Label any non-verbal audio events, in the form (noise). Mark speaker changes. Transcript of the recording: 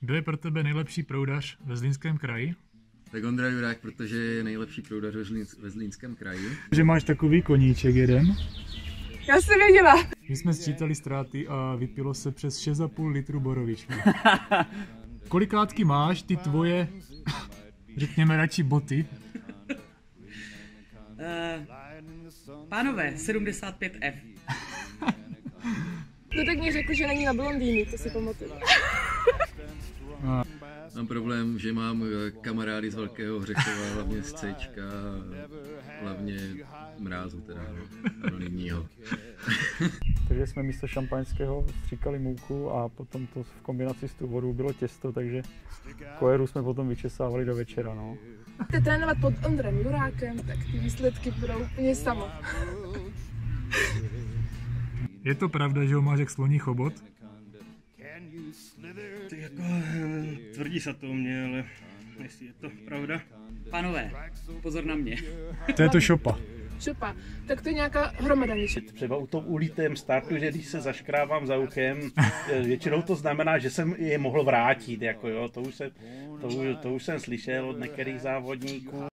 Speaker 1: Kdo je pro tebe nejlepší proudař ve Zlínském kraji?
Speaker 2: Tak Ondra Jurák, protože je nejlepší proudař ve Zlínsk- ve Zlínském kraji.
Speaker 1: Že máš takový koníček jeden.
Speaker 3: Já jsem věděla.
Speaker 1: My jsme sčítali ztráty a vypilo se přes 6,5 litru (laughs) borovičky. Kolikátky máš ty tvoje, řekněme radši boty?
Speaker 4: Eh, pánové, 75F.
Speaker 3: No tak mi řekl, že není na blondýny, to si pamatuju.
Speaker 2: Mám problém, že mám eh, kamarády z Velkého Hřechova, hlavně z Cejčka, hlavně mrázu teda, no, anonymního.
Speaker 5: Takže jsme místo šampaňského stříkali mouku a potom to v kombinaci s tu vodou bylo těsto, takže kojeru jsme potom vyčesávali do večera. No.
Speaker 3: Chcete trénovat pod Ondrem Jurákem, tak ty výsledky budou úplně samo.
Speaker 1: Je to pravda, že ho máš jak sloní chobot?
Speaker 6: Tak jako eh, tvrdí se to u mě, ale jestli je to pravda.
Speaker 4: Pánové, pozor na mě.
Speaker 1: To je to šopa.
Speaker 3: Šupa, tak to je nějaká hromada něčeho.
Speaker 7: třeba u tom ulitém startu, že když se zaškrávám za uchem, eh, většinou to znamená, že jsem je mohl vrátit, jako jo, to už jsem, to, už- to už jsem slyšel od některých závodníků.